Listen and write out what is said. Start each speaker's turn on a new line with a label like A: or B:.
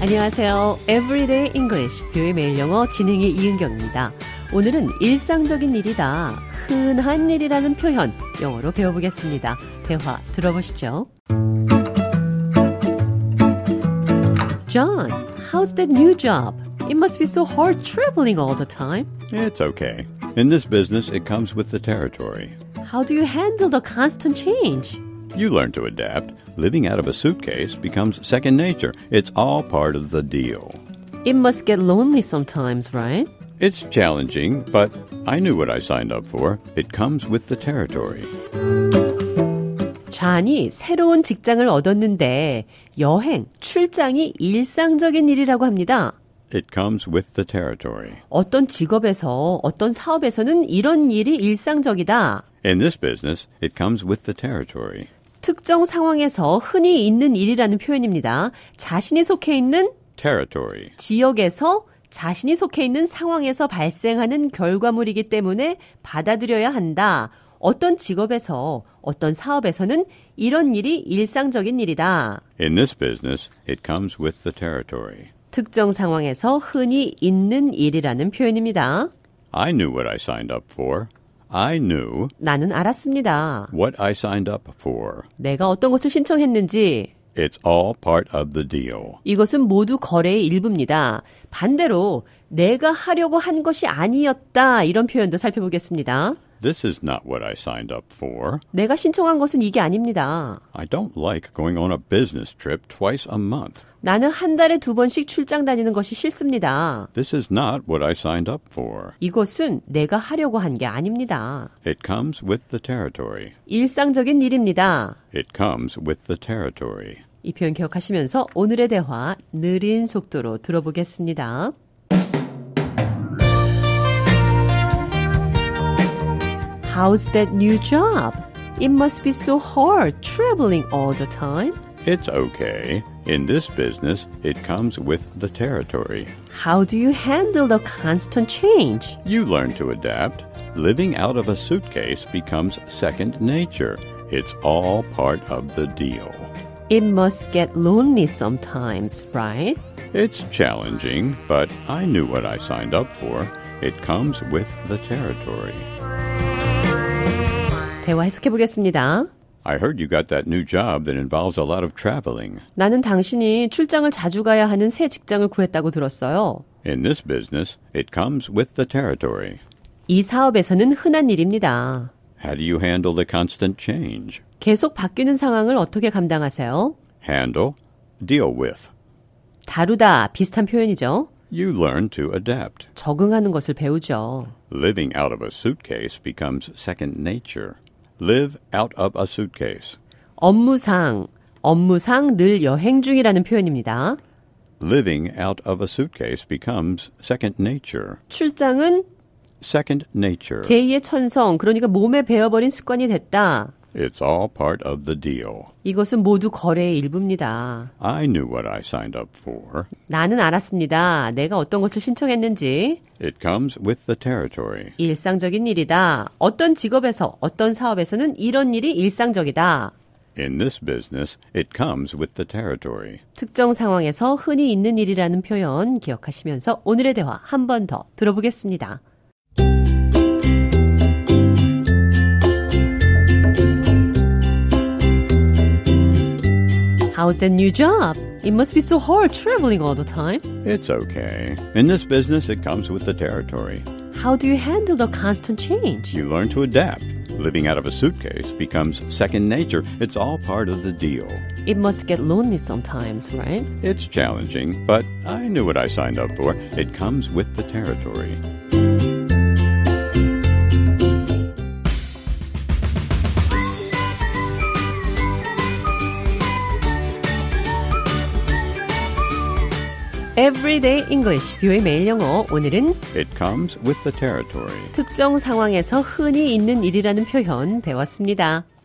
A: 안녕하세요. Everyday English 뷰의 매일 영어 진행의 이은경입니다. 오늘은 일상적인 일이다, 흔한 일이라는 표현 영어로 배워보겠습니다. 대화 들어보시죠. John, how's that new job? It must be so hard traveling all the time.
B: It's okay. In this business, it comes with the territory.
A: How do you handle the constant change?
B: You learn to adapt. Living out of a suitcase becomes second nature. It's all part of the deal.
A: It must get lonely sometimes, right?
B: It's challenging, but I knew what I signed up for. It comes with the territory.
A: 좌안이 새로운 직장을 얻었는데 여행, 출장이 일상적인 일이라고 합니다.
B: It comes with the territory.
A: 어떤 직업에서 어떤 사업에서는 이런 일이 일상적이다.
B: In this business, it comes with the territory.
A: 특정 상황에서 흔히 있는 일이라는 표현입니다. 자신이 속해 있는
B: Territory.
A: 지역에서 자신이 속해 있는 상황에서 발생하는 결과물이기 때문에 받아들여야 한다. 어떤 직업에서 어떤 사업에서는 이런 일이 일상적인 일이다.
B: In this business, it comes with the territory.
A: 특정 상황에서 흔히 있는 일이라는 표현입니다.
B: I knew what I signed up for. I knew
A: 나는 알았습니다.
B: what I signed up for.
A: 내가 어떤 것을 신청했는지
B: It's all part of the deal.
A: 이것은 모두 거래의 일부입니다. 반대로 내가 하려고 한 것이 아니었다 이런 표현도 살펴보겠습니다.
B: This is not what I signed up for.
A: 내가 신청한 것은 이게 아닙니다.
B: I don't like going on a business trip twice a month.
A: 나는 한 달에 두 번씩 출장 다니는 것이 싫습니다.
B: This is not what I signed up for.
A: 이것은 내가 하려고 한 게 아닙니다.
B: It comes with the territory.
A: 일상적인 일입니다.
B: It comes with the territory.
A: 이 표현 기억하시면서 오늘의 대화 느린 속도로 들어보겠습니다. How's that new job? It must be so hard traveling all the time.
B: It's okay. In this business, it comes with the territory.
A: How do you handle the constant change?
B: You learn to adapt. Living out of a suitcase becomes second nature. It's all part of the deal.
A: It must get lonely sometimes, right?
B: It's challenging, but I knew what I signed up for. It comes with the territory.
A: 대화 해석해 보겠습니다.
B: I heard you got that new job that involves a lot of traveling.
A: 나는 당신이 출장을 자주 가야 하는 새 직장을 구했다고 들었어요.
B: In this business, it comes with the territory.
A: 이 사업에서는 흔한 일입니다.
B: How do you handle the constant change?
A: 계속 바뀌는 상황을 어떻게 감당하세요?
B: Handle, deal with.
A: 다루다 비슷한 표현이죠.
B: You learn to adapt.
A: 적응하는 것을 배우죠.
B: Living out of a suitcase becomes second nature. Live out of a suitcase.
A: 업무상, 업무상 늘 여행 중이라는 표현입니다.
B: Living out of a suitcase becomes second nature.
A: 출장은
B: Second nature.
A: 제2의 천성, 그러니까 몸에 배어버린 습관이 됐다.
B: It's all part of the deal.
A: 이것은 모두 거래의 일부입니다.
B: I knew what I signed up for.
A: 나는 알았습니다. 내가 어떤 것을 신청했는지.
B: It comes with the territory.
A: 일상적인 일이다. 어떤 직업에서, 어떤 사업에서는 이런 일이 일상적이다.
B: In this business, it comes with the territory.
A: 특정 상황에서 흔히 있는 일이라는 표현 기억하시면서 오늘의 대화 한 번 더 들어보겠습니다. How's that new job? It must be so hard traveling all the time.
B: It's okay. In this business, it comes with the territory.
A: How do you handle the constant change?
B: You learn to adapt. Living out of a suitcase becomes second nature. It's all part of the deal.
A: It must get lonely sometimes, right?
B: It's challenging, but I knew what I signed up for. It comes with the territory.
A: Everyday English, 뷰의 매일 영어. 오늘은
B: It comes with the territory.
A: 특정 상황에서 흔히 있는 일이라는 표현 배웠습니다.